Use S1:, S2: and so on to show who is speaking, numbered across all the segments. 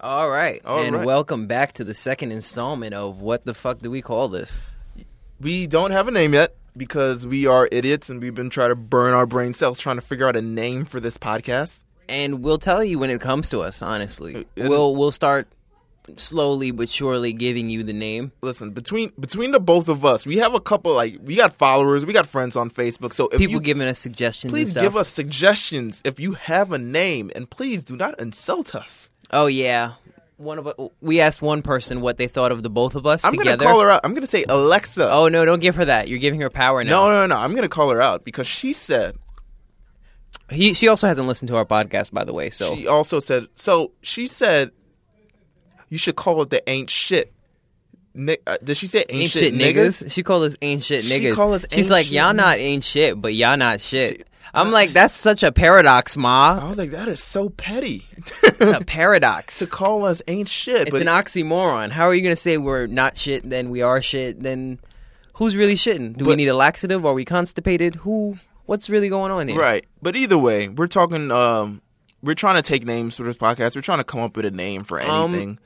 S1: All right.
S2: All
S1: and
S2: right.
S1: welcome back to the second installment of What the Fuck Do We Call This?
S2: We don't have a name yet because we are idiots and we've been trying to burn our brain cells trying to figure out a name for this podcast.
S1: And we'll tell you when it comes to us, honestly.
S2: it-
S1: We'll we'll start slowly but surely giving you the name.
S2: Listen, between between the both of us, we have a couple like we got followers, we got friends on Facebook. So if
S1: People
S2: you
S1: giving us suggestions and
S2: please
S1: stuff.
S2: give us suggestions if you have a name and please do not insult us.
S1: Oh yeah. One of we asked one person what they thought of the both of us
S2: I'm
S1: together.
S2: gonna call her out. I'm gonna say Alexa.
S1: Oh no, don't give her that. You're giving her power now.
S2: No, no, no. I'm gonna call her out because she said
S1: He, she also hasn't listened to our podcast by the way, so
S2: she also said so she said you should call it the ain't shit. Ni- uh, did she say ain't,
S1: ain't shit niggas. She called us ain't shit
S2: She
S1: niggas.
S2: call us
S1: She's
S2: ain't
S1: like,
S2: shit
S1: y'all
S2: niggas.
S1: not ain't shit, but y'all not shit. I'm like, that's such a paradox, ma.
S2: I was like, that is so petty
S1: It's a paradox.
S2: to call us ain't shit.
S1: It's
S2: but
S1: an oxymoron. How are you gonna say we're not shit, then we are shit, then who's really shitting? Do we
S2: But-
S1: need a laxative? Are we constipated? Who? What's really going on here?
S2: right. But either way, we're talking. Um, we're trying to take names for this podcast. We're trying to come up with a name for
S1: Um,
S2: anything.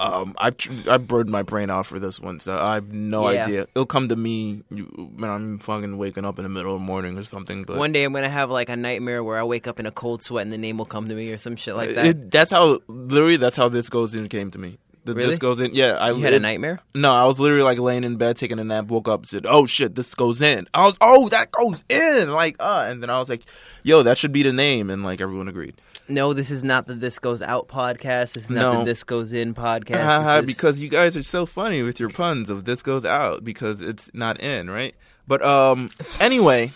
S2: Um, I tr- I burned my brain out for this one, so I have no
S1: Yeah.
S2: idea. It'll come to me you- when I'm fucking waking up in the middle of the morning or something. But
S1: One day I'm gonna have like a nightmare where I wake up in a cold sweat and the name will come to me or some shit like that.
S2: It, that's how literally that's how this goes in came to me. The,
S1: Really?
S2: This goes in. Yeah, I
S1: you had a
S2: it-
S1: nightmare?
S2: No, I was literally like laying in bed taking a nap, woke up, said, "Oh shit, this goes in." I was, "Oh, that goes in." Like, uh, and then I was like, "Yo, that should be the name," and like everyone agreed.
S1: No, this is not the This Goes Out podcast. This is not the
S2: No.
S1: This Goes In podcast.
S2: Haha,
S1: This is-
S2: because you guys are so funny with your puns of "this goes out" because it's not in, right? But um, anyway,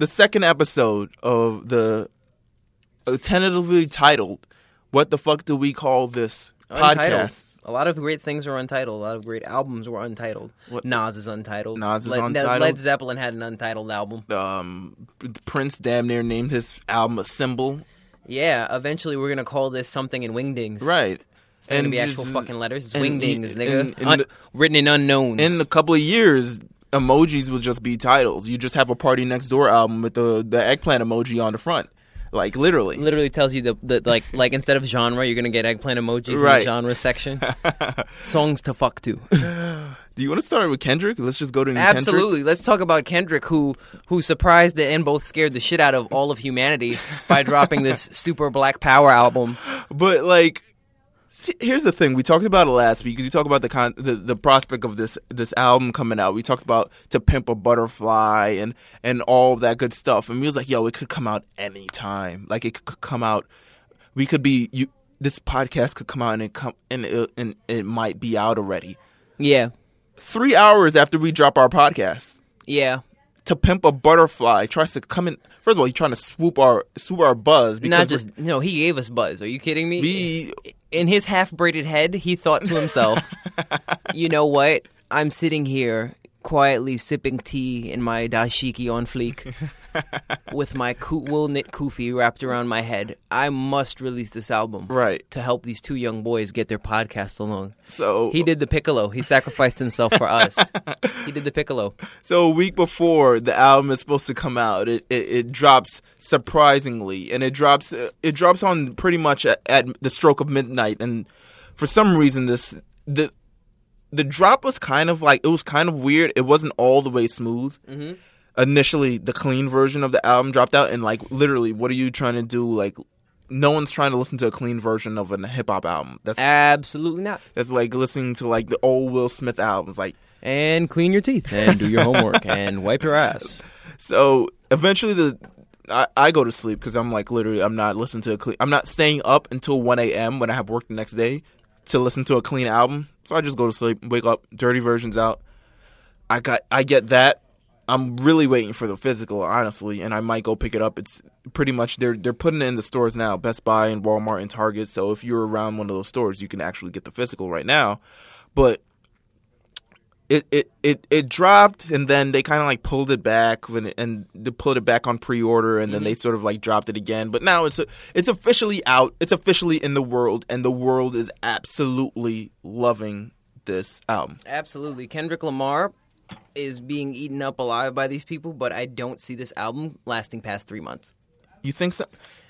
S2: the second episode of the uh, tentatively titled "What the fuck do we call this
S1: Untitled.
S2: podcast?"
S1: A lot of great things were untitled. A lot of great albums were untitled.
S2: What-
S1: Nas is untitled.
S2: Nas is
S1: Led, Led-
S2: untitled.
S1: Led Zeppelin had an untitled album.
S2: Um, Prince damn near named his album a symbol.
S1: Yeah, eventually we're gonna call this something in Wingdings.
S2: Right.
S1: It's gonna be actual
S2: this-
S1: fucking letters. It's
S2: and-
S1: Wingdings,
S2: and-
S1: nigga.
S2: and- and
S1: Un-
S2: the-
S1: written in unknowns.
S2: In a couple of years, emojis will just be titles. You just have a Party Next Door album with the, the eggplant emoji on the front. Like, literally.
S1: literally tells you the, the like like instead of genre, you're gonna get eggplant emojis in
S2: Right.
S1: the genre section. Songs to fuck to.
S2: Do you want to start with Kendrick? Let's just go to Kendrick.
S1: Absolutely. Let's talk about Kendrick, who who surprised and both scared the shit out of all of humanity by dropping this super black power album.
S2: But, like, see, here's the thing. We talked about it last week. We talked about the, con- the the prospect of this this album coming out. We talked about To Pimp a Butterfly and, and all that good stuff. And we was like, yo, it could come out anytime. Like, it could come out. We could be. you. This podcast could come out and it come and it, and it might be out already.
S1: Yeah,
S2: three hours after we drop our podcast
S1: yeah.
S2: to pimp a butterfly tries to come in first of all he's trying to swoop our swoop our buzz because
S1: Not just no. He gave us buzz. Are you kidding me?
S2: we
S1: in his half braided head, he thought to himself, "You know what? I'm sitting here quietly sipping tea in my dashiki on fleek." With my coo- wool knit kufi wrapped around my head, I must release this album
S2: right
S1: to help these two young boys get their podcast along.
S2: so
S1: He did the piccolo. He sacrificed himself for us. he did the piccolo.
S2: so a week before the album is supposed to come out it it, it drops surprisingly and it drops it drops on pretty much at, at the stroke of midnight and for some reason this the the drop was kind of like it was kind of weird it wasn't all the way smooth initially the clean version of the album dropped out and like literally what are you trying to do like no one's trying to listen to a clean version of a hip hop album that's
S1: Absolutely not.
S2: that's like listening to like the old Will Smith albums like
S1: And clean your teeth and do your homework and wipe your ass.
S2: so eventually the I, I go to sleep because I'm like literally I'm not listening to a clean I'm not staying up until 1 a.m. when I have work the next day to listen to a clean album so I just go to sleep wake up dirty versions out I got I get that I'm really waiting for the physical honestly and I might go pick it up it's pretty much they're they're putting it in the stores now Best Buy and Walmart and Target so if you're around one of those stores you can actually get the physical right now but it it it, it dropped and then they kind of like pulled it back when it, and they pulled it back on pre-order and then
S1: Mm-hmm.
S2: they sort of like dropped it again but now it's it's officially out it's officially in the world and the world is absolutely loving this album
S1: Absolutely. Kendrick Lamar is being eaten up alive by these people, but I don't see this album lasting past three months.
S2: you think so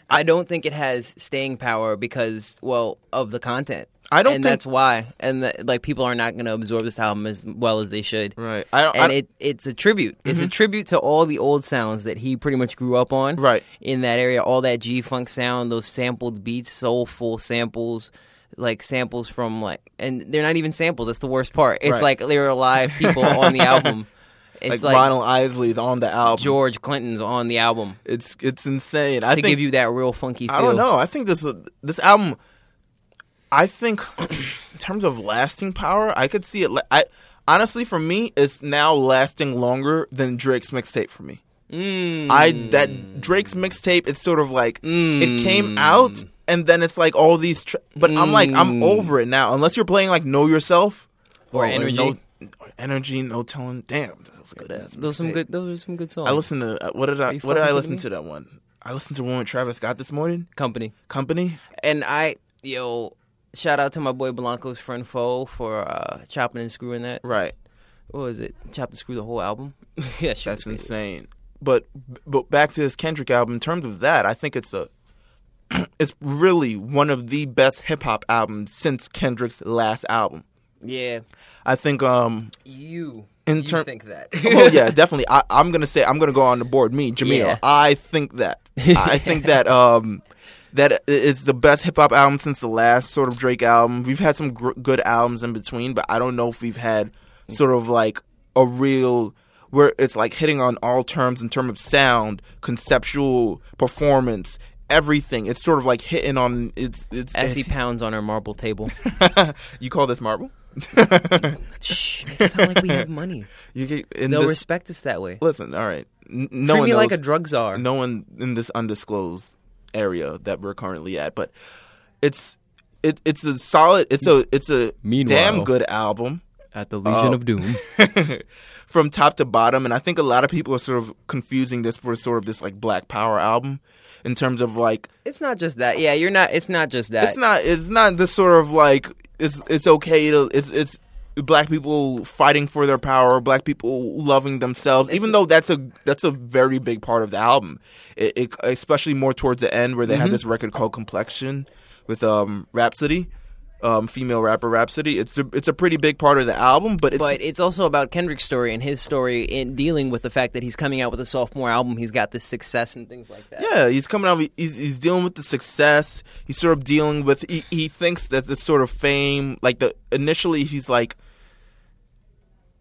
S1: I don't think it has staying power because, well, of the content.
S2: I don't
S1: and
S2: think-
S1: that's why. And that like people are not going to absorb this album as well as they should.
S2: Right. I don't- I
S1: and
S2: Mm-hmm. don't-
S1: it it's a tribute. It's a tribute to all the old sounds that he pretty much grew up on.
S2: Right.
S1: In that area, all that G funk sound, those sampled beats, soulful samples, like samples from like, and they're not even samples. That's the worst part. It's
S2: Right.
S1: like they're alive people on the album. It's like,
S2: Like, Ronald Isley's on the album.
S1: George Clinton's on the album
S2: It's it's insane. I
S1: to
S2: think
S1: give you that real funky feel.
S2: I don't know. I think this this album. I think in terms of lasting power, I could see it. La- I honestly, for me, it's now lasting longer than Drake's mixtape for me.
S1: Mm.
S2: I
S1: Hmm.
S2: that Drake's mixtape. It's sort of like it came out, and then it's like all these. Tra- but I'm like, I'm
S1: Hmm.
S2: over it now. Unless you're playing like Know Yourself
S1: Or
S2: like,
S1: Energy.
S2: no, or energy, no telling. Damn, that was a good ass.
S1: Those are some
S2: mixtape.
S1: good. Those are some good songs.
S2: I listened to uh, what did I
S1: you
S2: what
S1: fucking
S2: did I
S1: kidding
S2: listen
S1: me?
S2: to that one? I listened to one with Travis Scott this morning.
S1: company.
S2: Company.
S1: And I, yo, shout out to my boy Blanco's friend Foe for uh, chopping and screwing that.
S2: Right.
S1: What was it? Chop and screw the whole album. yeah, sure.
S2: That's insane. But but back to this Kendrick album. In terms of that, I think it's a it's really one of the best hip hop albums since Kendrick's last album.
S1: Yeah,
S2: I think um
S1: you.
S2: In
S1: you
S2: ter-
S1: think that?
S2: Oh, well yeah definitely I, I'm gonna say I'm gonna go on the board me Jamil
S1: Yeah.
S2: I think that I think that um that i- it's the best hip hop album since the last sort of Drake album we've had some gr- good albums in between but I don't know if we've had sort of like a real where it's like hitting on all terms in terms of sound conceptual performance everything it's sort of like hitting on it's it's
S1: As he pounds on our marble table.
S2: you call this marble
S1: Shh, make it sound like we have money.
S2: you get in
S1: They'll
S2: this
S1: respect us that way.
S2: listen all right N- no
S1: Treat
S2: one
S1: me like
S2: knows-
S1: a drug czar.
S2: no one in this undisclosed area that we're currently at, but it's it, it's a solid it's a it's a
S1: Meanwhile.
S2: damn good album
S1: At the Legion of Doom.
S2: from top to bottom and I think a lot of people are sort of confusing this for sort of this like black power album in terms of like
S1: it's not just that. Yeah, you're not. It's not just that.
S2: it's not it's not this sort of like it's it's okay to it's it's black people fighting for their power black people loving themselves even though that's a that's a very big part of the album it, it especially more towards the end where they have this record called complexion with um rhapsody um female rapper rhapsody it's a it's a pretty big part of the album but it's
S1: but it's also about Kendrick's story and his story in dealing with the fact that he's coming out with a sophomore album. He's got this success and things like that.
S2: Yeah, he's coming out. He's, he's dealing with the success. He's sort of dealing with. He, he thinks that this sort of fame, like the initially, he's like,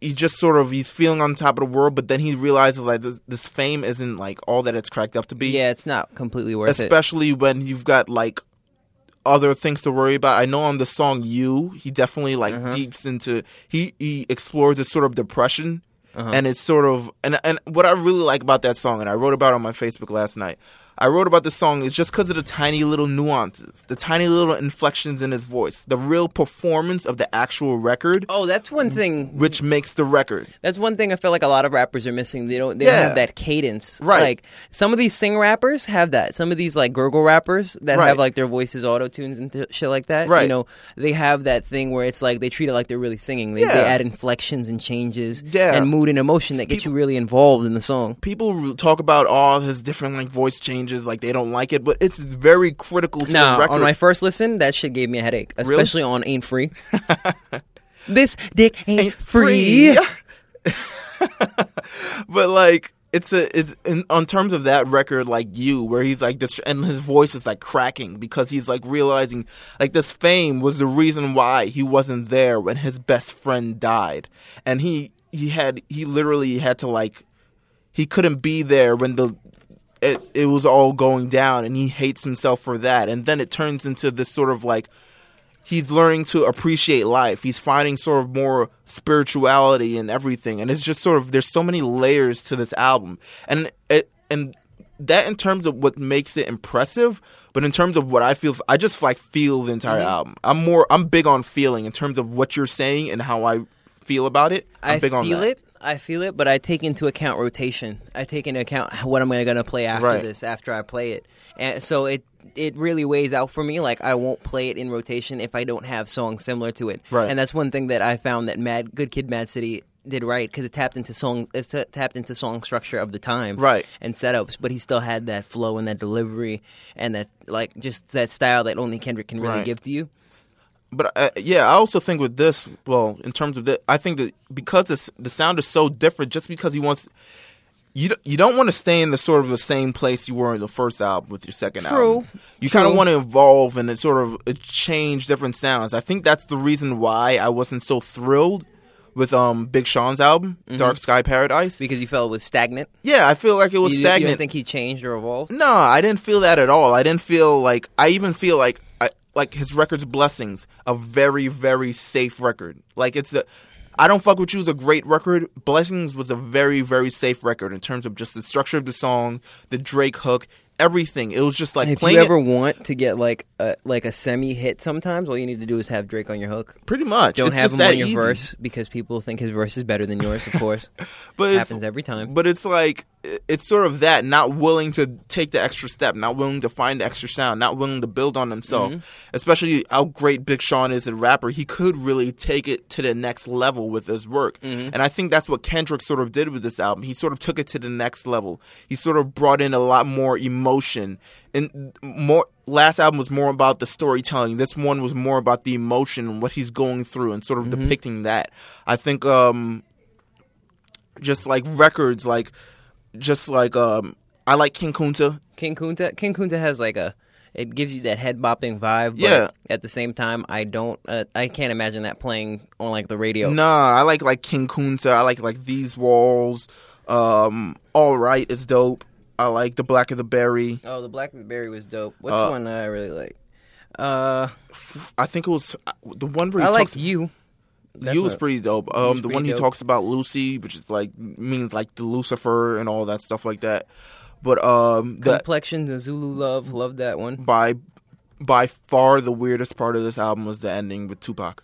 S2: he's just sort of he's feeling on top of the world, but then he realizes like this, this fame isn't like all that it's cracked up to be.
S1: Yeah, it's not completely worth it.
S2: especially when you've got like other things to worry about. I know on the song "You," he definitely like
S1: Uh-huh.
S2: deeps into he he explores this sort of depression,
S1: Uh-huh.
S2: and it's sort of and and what I really like about that song, and I wrote about it on my Facebook last night. I wrote about this song is just because of the tiny little nuances, the tiny little inflections in his voice, the real performance of the actual record,
S1: Oh, that's one thing.
S2: which makes the record.
S1: That's one thing I feel like a lot of rappers are missing. They don't. They
S2: Yeah.
S1: don't have that cadence.
S2: Right.
S1: Like some of these sing rappers have that. Some of these like gurgle rappers that
S2: Right.
S1: have like their voices auto tunes and th- shit like that.
S2: Right.
S1: You know, they have that thing where it's like they treat it like they're really singing. They, they
S2: Yeah.
S1: add inflections and changes
S2: Yeah.
S1: and mood and emotion that get you really involved in the song.
S2: People re- talk about all his different like voice changes, like they don't like it, but it's very critical to the
S1: No,
S2: record.
S1: on my first listen, that shit gave me a headache, especially on "Ain't Free." this dick ain't, free.
S2: but like it's a it's in, on terms of that record like you where he's like dist- and his voice is like cracking because he's like realizing like this fame was the reason why he wasn't there when his best friend died and he he had he literally had to like he couldn't be there when the it, it was all going down and he hates himself for that and then it turns into this sort of like he's learning to appreciate life. He's finding sort of more spirituality and everything. And it's just sort of there's so many layers to this album, and it and that in terms of what makes it impressive, but in terms of what I feel, I just like feel the entire
S1: Mm-hmm.
S2: album. I'm more I'm big on feeling in terms of what you're saying and how I feel about it. I'm
S1: I
S2: big
S1: feel
S2: on that.
S1: it. I feel it, but I take into account rotation. I take into account what I'm going to play after
S2: Right.
S1: this, after I play it, and so it it really weighs out for me. Like I won't play it in rotation if I don't have songs similar to it,
S2: Right.
S1: and that's one thing that I found that Mad Good Kid, Mad City did right because it tapped into song it t- tapped into song structure of the time
S2: Right.
S1: and setups but he still had that flow and that delivery and that like just that style that only Kendrick can really
S2: Right.
S1: give to you
S2: But uh, yeah, I also think with this, well, in terms of that, I think that because this, the sound is so different, just because he wants, you don't- you don't want to stay in the sort of the same place you were in the first album with your second
S1: True.
S2: album. You kind of
S1: True.
S2: want to evolve and it sort of uh, change different sounds. I think that's the reason why I wasn't so thrilled with um Big Sean's album,
S1: Mm-hmm.
S2: Dark Sky Paradise.
S1: because you felt it was stagnant
S2: Yeah, I feel like it was
S1: you,
S2: stagnant.
S1: you didn't think he changed or evolved
S2: No, I didn't feel that at all. I didn't feel like I even feel like I like his record's blessings a very very safe record. Like it's a I don't fuck with you is a great record. Blessings was a very very safe record in terms of just the structure of the song, the Drake hook, everything. It was just like
S1: if
S2: playing
S1: you
S2: it-
S1: ever want to get like a like a semi hit sometimes all you need to do is have Drake on your hook
S2: pretty much.
S1: don't
S2: It's
S1: have
S2: just
S1: him
S2: that
S1: on your
S2: easy.
S1: verse because people think his verse is better than yours of course
S2: But it's-
S1: happens every time
S2: But it's like i- it's sort of that not willing to take the extra step, not willing to find the extra sound, not willing to build on himself. Especially how great Big Sean is as a rapper, he could really take it to the next level with his work. And I think that's what Kendrick sort of did with this album. He sort of took it to the next level. He sort of brought in a lot more emotion and more last album was more about the storytelling. This one was more about the emotion and what he's going through and sort of depicting that. I think um just like records like just like um I like King Kunta.
S1: King Kunta King Kunta has like a it gives you that head bopping vibe but
S2: Yeah.
S1: at the same time I don't uh, I can't imagine that playing on like the radio.
S2: Nah, I like like King Kunta. I like like these walls. Um All Right is dope. I like The Black of the Berry.
S1: Oh, the Blackberry was dope. Which one did I really like? Uh
S2: I think it was uh, the one where he
S1: I
S2: talks
S1: like you.
S2: you was
S1: not-
S2: pretty dope. Um the
S1: pretty
S2: one he
S1: dope.
S2: talks about Lucy, which is like means like the Lucifer and all that stuff like that. But um the
S1: Complexions and Zulu Love, love that one.
S2: by by far the weirdest part of this album was the ending with Tupac.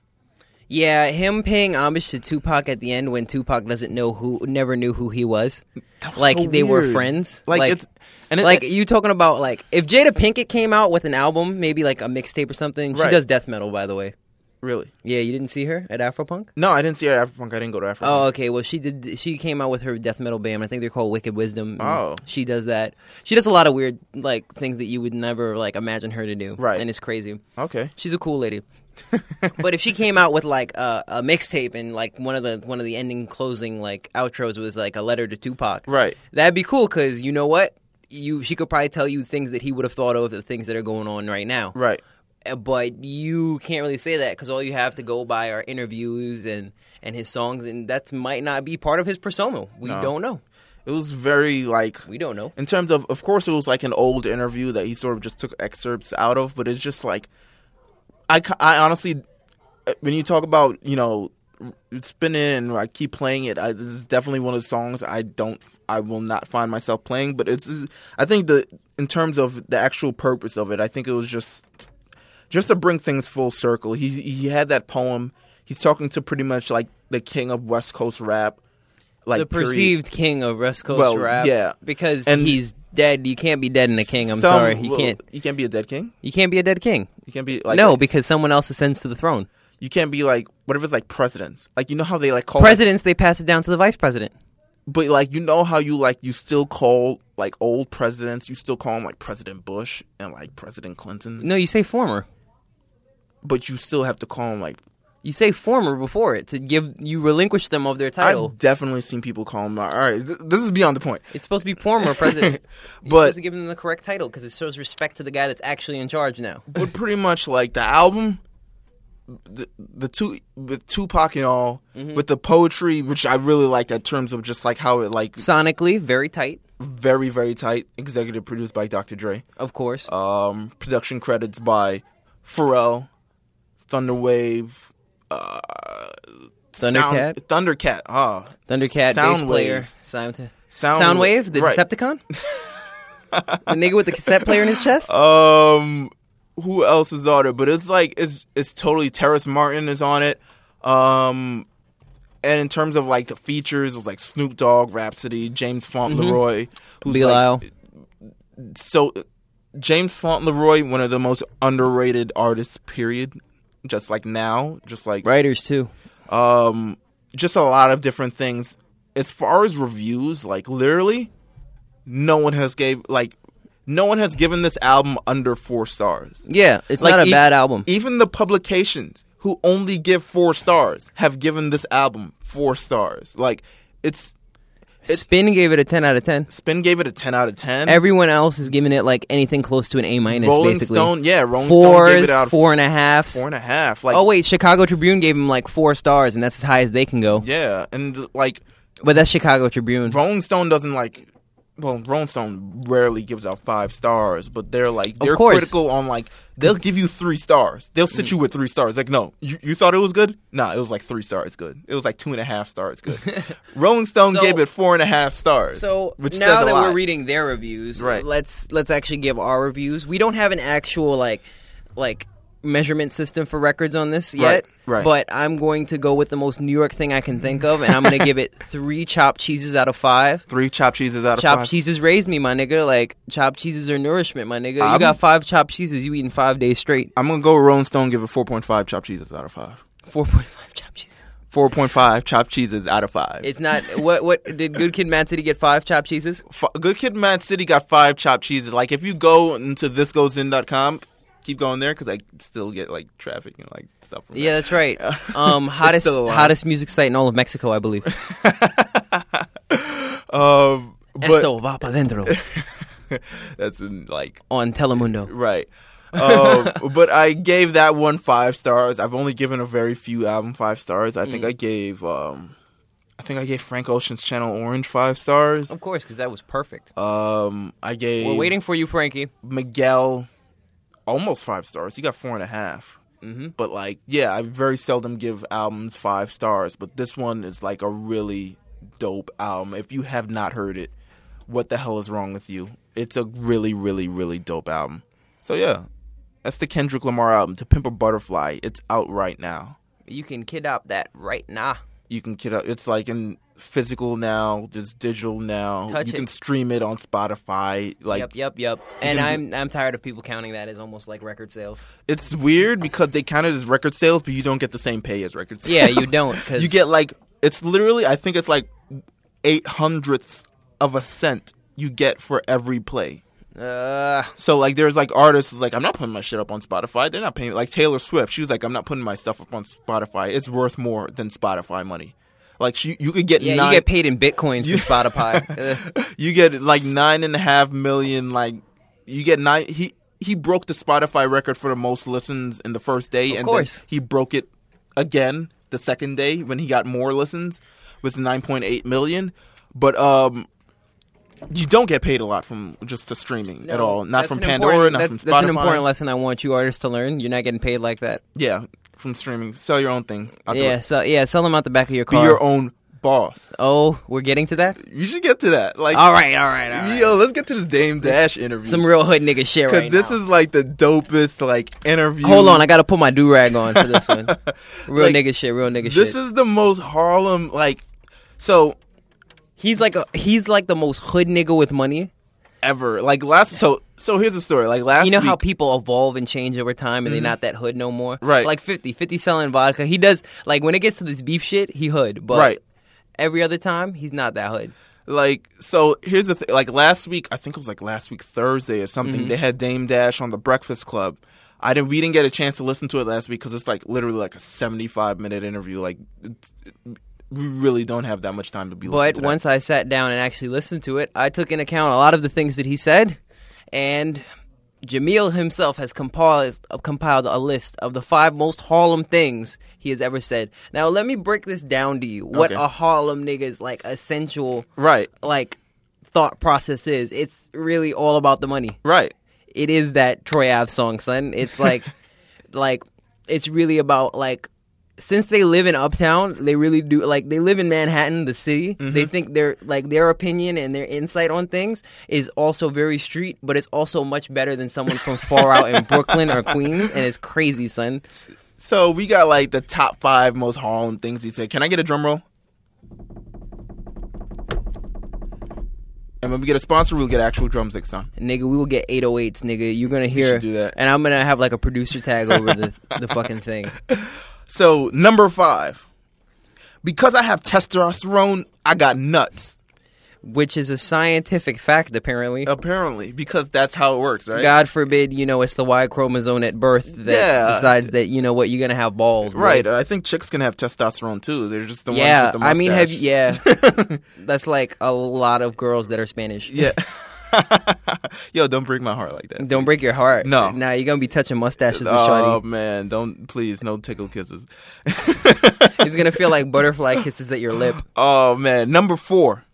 S1: Yeah, him paying homage to Tupac at the end when Tupac doesn't know who never knew who he was.
S2: That was
S1: like
S2: so
S1: they were
S2: weird.
S1: friends.
S2: Like, it's and it,
S1: like you talking about like if Jada Pinkett came out with an album, maybe like a mixtape or something.
S2: Right.
S1: She does death metal, by the way.
S2: really
S1: Yeah, you didn't see her at Afropunk.
S2: No, I didn't see her at Afropunk. I didn't go to Afropunk.
S1: Oh, okay. Well, she did. She came out with her death metal band. I think they're called Wicked Wisdom. and
S2: Oh.
S1: she does that. She does a lot of weird like things that you would never like imagine her to do.
S2: Right.
S1: and it's crazy.
S2: okay.
S1: She's a cool lady. but if she came out with like a, a mixtape and like one of the one of the ending closing like outros was like a letter to Tupac,
S2: Right.
S1: That'd be cool because you know what, you she could probably tell you things that he would have thought of the things that are going on right now,
S2: Right.
S1: Uh, But you can't really say that because all you have to go by are interviews and and his songs, and that might not be part of his persona. We don't know.
S2: It was very like
S1: We don't know.
S2: in terms of of course it was like an old interview that he sort of just took excerpts out of, but it's just like I ca- I honestly uh, when you talk about, you know, spinning and I keep playing it, I, this is definitely one of the songs I don't I will not find myself playing, but it's I think the in terms of the actual purpose of it, I think it was just just to bring things full circle, he he had that poem. He's talking to pretty much like the king of West Coast rap, like
S1: The
S2: period.
S1: perceived king of West Coast
S2: Well,
S1: rap,
S2: yeah.
S1: because
S2: And-
S1: he's dead. You can't be dead in a king. I'm
S2: Some-
S1: sorry, you
S2: well,
S1: can't.
S2: You can't be a dead king.
S1: You can't be a dead king.
S2: You can't be like
S1: no,
S2: like-
S1: because someone else ascends to the throne.
S2: you can't be like what if it's like presidents? Like you know how they like call
S1: Presidents, they pass it down to the vice president.
S2: but like you know how you like you still call like old presidents. You still call them like President Bush and like President Clinton,
S1: No, you say former.
S2: but you still have to call them like.
S1: You say former before it to give you relinquish them of their title.
S2: I've definitely seen people call them. All right, th- this is beyond the point.
S1: it's supposed to be former president. You're
S2: But-
S1: supposed to give them the correct title because it shows respect to the guy that's actually in charge now.
S2: but pretty much like the album, the the two with Tupac and all, with the poetry, which I really liked in terms of just like how it like
S1: Sonically, very tight,
S2: very very tight. Executive produced by Dr. Dre.
S1: of course.
S2: Um, production credits by Pharrell, Thunderwave, uh,
S1: Thundercat?
S2: Sound, Thundercat. Ah,
S1: Thundercat, bass
S2: Soundwave.
S1: player, Sound,
S2: Sound-
S1: Soundwave, the
S2: right.
S1: Decepticon, the nigga with the cassette player in his chest.
S2: Um, who else is on it? But it's like it's it's totally Terrace Martin is on it. Um, and in terms of like the features, it's like Snoop Dogg, Rhapsody, James
S1: Mm-hmm.
S2: Fauntleroy, who's
S1: Be
S2: like,
S1: Lyle.
S2: so James Fauntleroy, one of the most underrated artists, period. Just like now, just like
S1: writers too.
S2: um, just a lot of different things. As far as reviews, like literally, no one has gave like no one has given this album under four stars.
S1: Yeah, it's
S2: Like,
S1: not a
S2: e-
S1: bad album.
S2: Even the publications who only give four stars have given this album four stars. Like it's E-
S1: Spin gave it a 10 out of 10.
S2: Spin gave it a ten out of ten.
S1: Everyone else is giving it like anything close to an A minus,
S2: Rolling
S1: basically.
S2: Stone, yeah, Rolling Stone gave
S1: Fours,
S2: it out of
S1: four and a halfs.
S2: four and a half. Like
S1: Oh wait, Chicago Tribune gave him like four stars, and that's as high as they can go.
S2: yeah, and like
S1: But that's Chicago Tribune.
S2: Rolling Stone doesn't like. Well, Rolling Stone rarely gives out five stars, but they're like they're
S1: course. Mm.
S2: critical on like they'll give you three stars. They'll sit you with three stars. Like, no, you, you thought it was good? Nah, it was like three stars good. It was like two and a half stars good. Rolling Stone
S1: So-
S2: gave it four and a half stars.
S1: So
S2: which
S1: now
S2: says a
S1: that we're
S2: lot.
S1: reading their reviews,
S2: Right.
S1: let's let's actually give our reviews. We don't have an actual like like measurement system for records on this yet.
S2: right.
S1: But I'm going to go with the most New York thing I can think of and I'm gonna give it three chopped cheeses out of five.
S2: three chopped cheeses out of
S1: Chopped
S2: five.
S1: cheeses raised me, my nigga. Like chopped cheeses are nourishment, my nigga. you
S2: I'm-
S1: got five chopped cheeses, you eating five days straight.
S2: I'm gonna go with Rolling Stone. Give it four point five chopped cheeses out of five.
S1: Four point five chopped cheeses.
S2: Four point five chopped cheeses out of five.
S1: It's not what what did Good Kid Mad City get five chopped cheeses?
S2: F- Good Kid Mad City got five chopped cheeses. Like if you go into thisgoesin.com, keep going there because I still get like traffic and like stuff. From
S1: Yeah,
S2: there.
S1: that's right. Um, hottest
S2: still alive.
S1: hottest music site in all of Mexico, I believe.
S2: Um, but
S1: Esto va pa dentro
S2: that's in like
S1: on Telemundo.
S2: right. um, but I gave that one five stars. I've only given a very few album five stars. I think I gave, um, I think I gave Frank Ocean's Channel Orange five stars.
S1: Of course, because that was perfect.
S2: Um, I gave
S1: We're waiting for you, Frankie.
S2: Miguel almost five stars. He got four and a half.
S1: Mm-hmm.
S2: But like, yeah, I very seldom give albums five stars. But this one is like a really dope album. If you have not heard it, what the hell is wrong with you? It's a really, really, really dope album. So yeah, that's the Kendrick Lamar album, "To Pimp a Butterfly." It's out right now.
S1: You can kidnap that right now.
S2: You can get it's like in physical now, it's digital now.
S1: Touch
S2: you
S1: it.
S2: can stream it on Spotify. Like
S1: Yep, yep, yep. And
S2: can
S1: I'm I'm tired of people counting that as almost like record sales.
S2: it's weird because they count it as record sales, but you don't get the same pay as record sales.
S1: Yeah, you don't. Cause
S2: you get like it's literally I think it's like eight hundredths of a cent you get for every play.
S1: uh,
S2: So like there's like artists is like I'm not putting my shit up on Spotify. They're not paying like Taylor Swift. She was like I'm not putting my stuff up on Spotify. It's worth more than Spotify money. Like she, you could get
S1: yeah.
S2: nine,
S1: You get paid in bitcoins for Spotify. Ugh.
S2: you get like nine and a half million. Like you get nine. He he broke the Spotify record for the most listens in the first day, and
S1: course.
S2: then he broke it again the second day when he got more listens with nine point eight million. But um, you don't get paid a lot from just the streaming at all. Not
S1: That's
S2: from
S1: an
S2: Pandora,
S1: important-
S2: not
S1: that's,
S2: from Spotify.
S1: That's an important lesson I want you artists to learn. You're not getting paid like that.
S2: Yeah, from streaming. Sell your own things. I'll do
S1: Yeah,
S2: it.
S1: so yeah, sell them out the back of your
S2: be
S1: car.
S2: your own boss.
S1: oh, we're getting to that.
S2: You should get to that. Like,
S1: All right, all right, all right.
S2: yo, let's get to this Dame Dash interview.
S1: Some real hood nigga shit
S2: Because
S1: right
S2: this
S1: now.
S2: is like the dopest like interview.
S1: Hold on, I gotta put my do rag on for this one. Real
S2: Like,
S1: nigga shit, real nigga
S2: this
S1: shit.
S2: is the most Harlem like so
S1: he's like a, he's like the most hood nigga with money.
S2: ever like last. So so here's the story. Like last,
S1: You know
S2: week,
S1: how people evolve and change over time, and they're not that hood no more.
S2: Mm-hmm. Right.
S1: Like 50, 50 selling vodka. He does like when it gets to this beef shit, he hood. But
S2: Right.
S1: every other time, he's not that hood.
S2: like so here's the thing. Like last week, I think it was like last week Thursday or something.
S1: Mm-hmm.
S2: They had Dame Dash on the Breakfast Club. I didn't. We didn't get a chance to listen to it last week because it's like literally like a seventy-five minute interview. Like it's, we really don't have that much time to be. listening
S1: But
S2: to that.
S1: once I sat down and actually listened to it, I took into account a lot of the things that he said, and Jameel himself has compiled uh, compiled a list of the five most Harlem things he has ever said. Now, let me break this down to you. What
S2: Okay.
S1: a Harlem nigga's like essential
S2: right,
S1: like thought process is. It's really all about the money.
S2: right,
S1: It is that Troy Ave song, son. It's like like it's really about like since they live in uptown they really do like they live in manhattan the city
S2: Mm-hmm.
S1: they think their like their opinion and their insight on things is also very street but it's also much better than someone from far out in brooklyn or queens and it's crazy son
S2: So we got like the top five most Harlem things he said. Can I get a drum roll? And when we get a sponsor, we'll get actual drums next time.
S1: nigga we will get 808s nigga you're gonna hear
S2: do that.
S1: and i'm gonna have like a producer tag over the, the fucking thing
S2: So number five, Because I have testosterone, I got nuts.
S1: which is a scientific fact apparently.
S2: Apparently, because that's how it works, right?
S1: God forbid, you know, it's the Y chromosome at birth that
S2: Yeah.
S1: decides that you know what you're gonna have balls. bro.
S2: Right. I think chicks can have testosterone too. They're just the
S1: Yeah,
S2: ones with the
S1: I mean, have you,
S2: mustache.
S1: yeah, that's like a lot of girls that are Spanish.
S2: Yeah. Yo, don't break my heart like that.
S1: Don't break your heart.
S2: No.
S1: nah, you're gonna be touching mustaches with
S2: Oh
S1: Shawty.
S2: man, don't please no tickle kisses.
S1: It's gonna feel like butterfly kisses at your lip.
S2: oh man, number 4.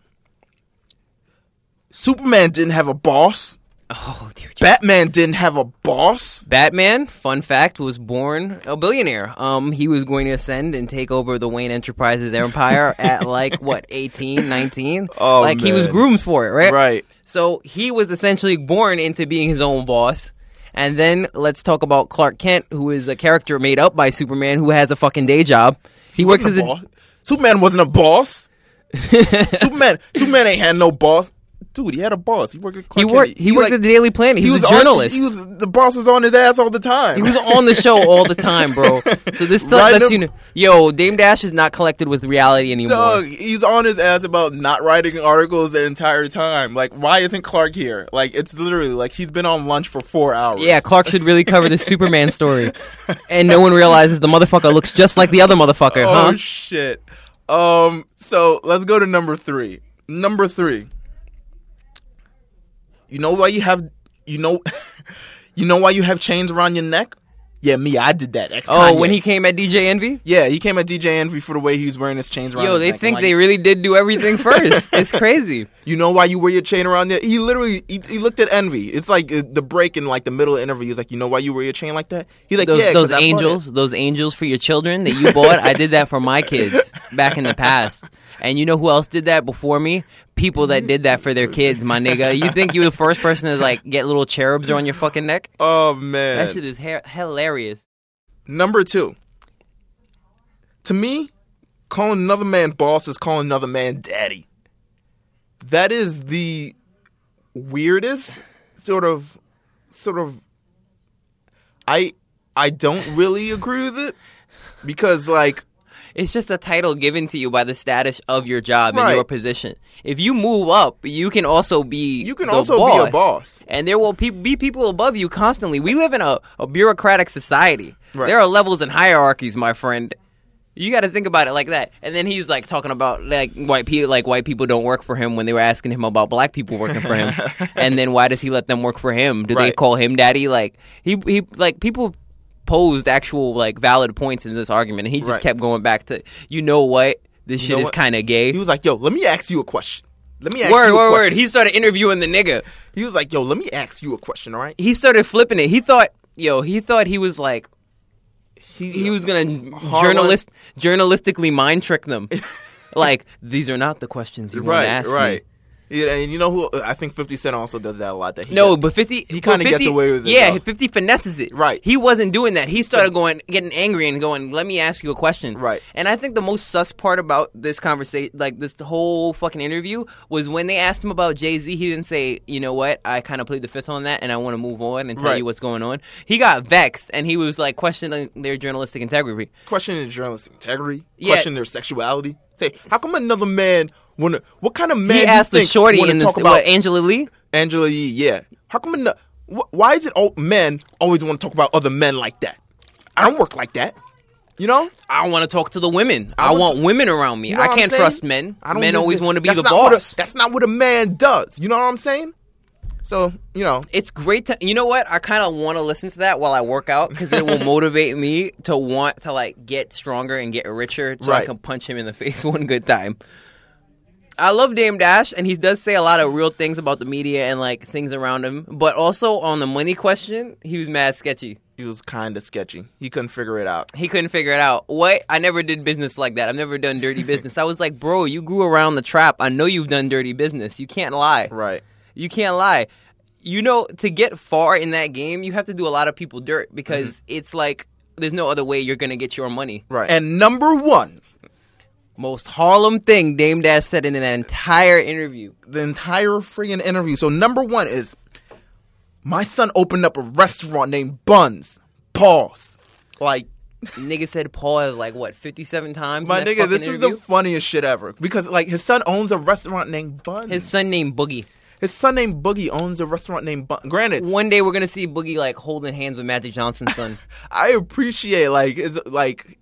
S2: Superman didn't have a boss.
S1: Oh dear. Jesus.
S2: Batman didn't have a boss.
S1: Batman, fun fact, was born a billionaire. Um, he was going to ascend and take over the Wayne Enterprises empire at like what 18, 19?
S2: Oh,
S1: like he was
S2: man.
S1: groomed for it, right?
S2: Right.
S1: So he was essentially born into being his own boss. And then let's talk about Clark Kent, who is a character made up by Superman who has a fucking day job. He works
S2: Wasn't
S1: at
S2: a
S1: the
S2: boss. Superman wasn't a boss. Superman Superman ain't had no boss. Dude, he had a boss. He worked at
S1: he
S2: Clark
S1: worked
S2: Kent.
S1: he worked
S2: like-
S1: at the Daily Planet. He, was, a
S2: on-
S1: journalist.
S2: he was the boss was on his ass all the time.
S1: He was on the show all the time, bro. So this stuff
S2: Random-
S1: lets you know, yo, Dame Dash is not collected with reality anymore.
S2: Dog, he's on his ass about not writing articles the entire time. Like, why isn't Clark here? Like, it's literally like he's been on lunch for four hours.
S1: Yeah, Clark should really cover the Superman story, and no one realizes the motherfucker looks just like the other motherfucker,
S2: Oh
S1: huh?
S2: shit. Um. So let's go to number three. Number three. You know why you have you know, you know why you have chains around your neck? Yeah, me. I did that. Ex-
S1: Oh,
S2: Kanye.
S1: when he came at DJ Envy.
S2: yeah he came at DJ Envy for the way he was wearing his chains around.
S1: Yo,
S2: his
S1: they
S2: neck. I'm
S1: think
S2: like,
S1: they really did do everything first. it's crazy.
S2: You know why you wear your chain around there? He literally he, he looked at Envy. It's like uh, the break in like the middle of the interview. He's like, you know why you wear your chain like that? He's like,
S1: Those
S2: yeah, 'cause
S1: those
S2: I bought it."
S1: angels, those angels for your children that you bought. I did that for my kids back in the past. And you know who else did that before me? People that did that for their kids, my nigga. You think you were the first person to like get little cherubs on your fucking neck?
S2: Oh man,
S1: That shit is ha- hilarious.
S2: number two. To me, calling another man boss is calling another man daddy. That is the weirdest sort of sort of. I I don't really agree with it because like
S1: It's just a title given to you by the status of your job and
S2: Right.
S1: your position. If you move up, you can also be
S2: you can
S1: the
S2: also
S1: boss.
S2: be a boss.
S1: and there will pe- be people above you constantly. We live in a, a bureaucratic society.
S2: Right.
S1: There are levels and hierarchies, my friend. You got to think about it like that. And then he's like talking about like white people, like white people don't work for him when they were asking him about black people working for him. and then why does he let them work for him? Do they
S2: Right.
S1: call him daddy? Like he he like people posed actual like valid points in this argument, and he just
S2: Right.
S1: kept going back to you know what this shit
S2: know
S1: is
S2: what?
S1: kind of gay.
S2: He was like, "Yo, let me ask you a question. Let me ask
S1: word
S2: you a
S1: word
S2: question."
S1: word. He started interviewing the nigga.
S2: He was like, "Yo, let me ask you a question, all right?"
S1: he started flipping it. He thought, yo, he thought he was like he was gonna
S2: Harlan-
S1: journalist journalistically mind trick them. like these are not the questions you want to
S2: right,
S1: ask
S2: right.
S1: me.
S2: Yeah, and you know who? I think Fifty Cent also does that a lot. That he
S1: No, but fifty he
S2: kinda gets away with it,
S1: Yeah,
S2: though.
S1: fifty finesses it.
S2: Right.
S1: He wasn't doing that. He started going getting angry and going, Let me ask you a question.
S2: Right.
S1: And I think the most sus part about this conversation like this whole fucking interview was when they asked him about Jay Z, he didn't say, you know what, I kinda played the fifth on that and I wanna move on and tell
S2: Right.
S1: you what's going on. He got vexed and he was like questioning their journalistic integrity.
S2: question their journalistic integrity,
S1: Yeah.
S2: question their sexuality. Say, how come another man wanna? What kind of man?
S1: he
S2: you
S1: asked the
S2: think
S1: shorty
S2: wanna
S1: in this,
S2: talk about
S1: what, Angela Lee.
S2: Angela Yee? Yeah, how come? ano- wh- why is it all men always want to talk about other men like that? I don't work like that. You know,
S1: I want to talk to the women. I,
S2: want
S1: want women around me.
S2: You know
S1: I
S2: what I'm
S1: can't
S2: saying?
S1: trust men.
S2: I don't
S1: men
S2: need
S1: always
S2: to-
S1: want to be
S2: that's
S1: the
S2: not what a-
S1: boss.
S2: that's not what a man does. You know what I'm saying? So you know,
S1: it's great to you know what I kind of want to listen to that while I work out because it will motivate me to want to like get stronger and get richer so I
S2: Right.
S1: can punch him in the face one good time. I love Dame Dash and he does say a lot of real things about the media and like things around him, but also on the money question, he was mad sketchy.
S2: he was kind of sketchy. He couldn't figure it out.
S1: He couldn't figure it out. What? I never did business like that. I've never done dirty business. I was like, bro, you grew around the trap. I know you've done dirty business. You can't lie.
S2: Right.
S1: You can't lie. You know, to get far in that game, you have to do a lot of people dirt
S2: Mm-hmm.
S1: because it's like there's no other way you're going to get your money.
S2: Right. And number one,
S1: Most Harlem thing Dame Dash said in that entire interview.
S2: the entire friggin' interview. So number one is my son opened up a restaurant named Buns. Pause. Like
S1: nigga said pause like what fifty seven times.
S2: My
S1: in that
S2: nigga,
S1: fucking
S2: this is
S1: interview?
S2: the funniest shit ever. Because like his son owns a restaurant named Bun.
S1: his
S2: His,
S1: son named Boogie.
S2: son named Boogie owns a restaurant named Bun. Granted,
S1: One day we're gonna see Boogie like holding hands with Magic Johnson's son.
S2: I appreciate like it's like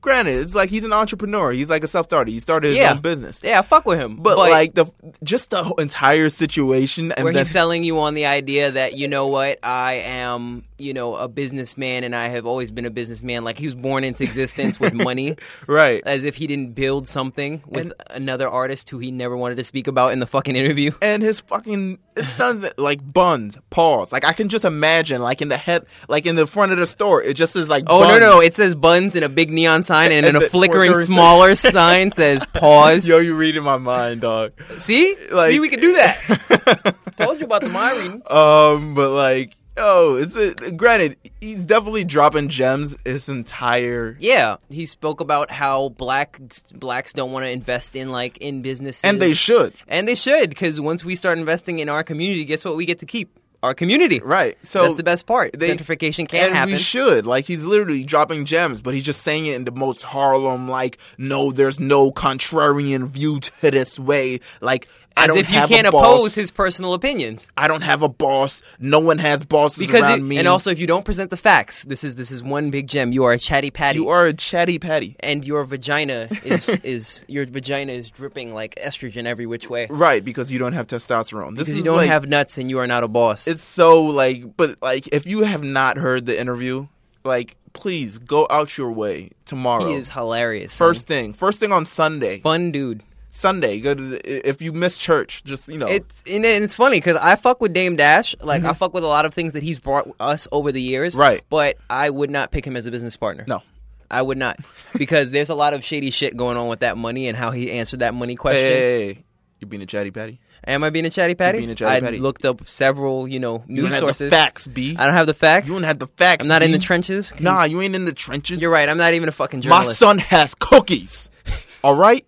S2: granted, it's like he's an entrepreneur. He's like a self starter. He started his
S1: yeah,
S2: own business.
S1: Yeah, I fuck with him.
S2: But, like the just the whole entire situation and
S1: where
S2: then
S1: he's selling you on the idea that you know what I am, you know, a businessman and I have always been a businessman. Like he was born into existence with money,
S2: right.
S1: as if he didn't build something with another artist who he never wanted to speak about in the fucking interview.
S2: and his fucking his son's like buns, paws. Like I can just imagine, like in the head, like in the front of the store, it just is like.
S1: Oh no
S2: buns.
S1: no! It says buns in a big neon sign, and, in
S2: And
S1: a
S2: the-
S1: flickering
S2: where it says-
S1: smaller sign says pause.
S2: Yo, you reading my mind, dog.
S1: See,
S2: like-
S1: see, we can do that. Told you about the mind reading.
S2: Um, but like, oh, it's a, granted, he's definitely dropping gems. His entire
S1: Yeah, he spoke about how black blacks don't want to invest in like in businesses,
S2: and they should
S1: and they should because once we start investing in our community, guess what? We get to keep our community.
S2: right. So
S1: That's the best part.
S2: they-
S1: Gentrification can't
S2: And
S1: happen.
S2: we should like he's literally dropping gems, but he's just saying it in the most Harlem like. No, there's no contrarian view to this way. Like I
S1: As
S2: don't
S1: if you
S2: have
S1: can't
S2: a boss.
S1: oppose his personal opinions.
S2: I don't have a boss. No one has bosses
S1: Because
S2: around
S1: it,
S2: me.
S1: and also if you don't present the facts, this is this is one big gem. You are a chatty patty.
S2: you are a chatty patty.
S1: and your vagina is is your vagina is dripping like estrogen every which way
S2: Right, because you don't have testosterone. This
S1: because
S2: is
S1: you don't
S2: like,
S1: have nuts and you are not a boss.
S2: It's so like, but like, if you have not heard the interview, like, please go out your way tomorrow.
S1: he is hilarious. son.
S2: First thing, first thing on Sunday.
S1: fun dude.
S2: Sunday, go to the, if you miss church, just you know,
S1: It's and it- it's funny because I fuck with Dame Dash. Like I fuck with a lot of things that he's brought us over the years.
S2: Right.
S1: But I would not pick him as a business partner.
S2: no.
S1: I would not because there's a lot of shady shit going on with that money and how he answered that money
S2: Hey,
S1: question.
S2: hey, hey, hey. you're being a chatty patty.
S1: Am I being a chatty patty?
S2: being a chatty
S1: I
S2: patty.
S1: looked up several you know news
S2: You don't have the
S1: sources.
S2: facts, B.
S1: I don't have the facts.
S2: You don't have the facts.
S1: I'm not in the
S2: B.
S1: trenches.
S2: Nah, you ain't in the trenches.
S1: You're right. I'm not even a fucking
S2: My
S1: journalist.
S2: son has cookies. All right.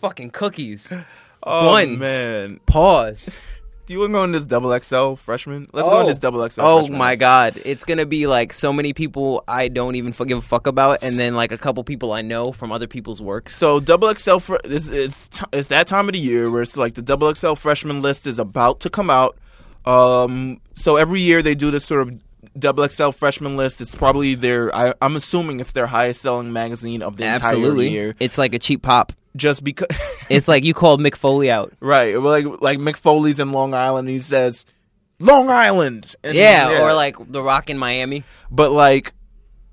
S1: fucking cookies.
S2: Oh
S1: Buns.
S2: man,
S1: Pause.
S2: Do you want to go on this double XL freshman? Let's go on this double XL.
S1: Oh
S2: freshman
S1: my
S2: list.
S1: god, it's gonna be like so many people I don't even f- give a fuck about, and then like a couple people I know from other people's works.
S2: So double XL fr- is it's t- it's that time of the year where it's like the double XL freshman list is about to come out. Um, so every year they do this sort of double XL freshman list. It's probably their I, I'm assuming it's their highest selling magazine of the
S1: Absolutely,
S2: entire year.
S1: it's like a cheap pop.
S2: Just because,
S1: It's like you called Mick Foley out.
S2: right? Well, Like like Mick Foley's in Long Island. He says Long Island. And-
S1: Yeah, or like The Rock in Miami.
S2: but like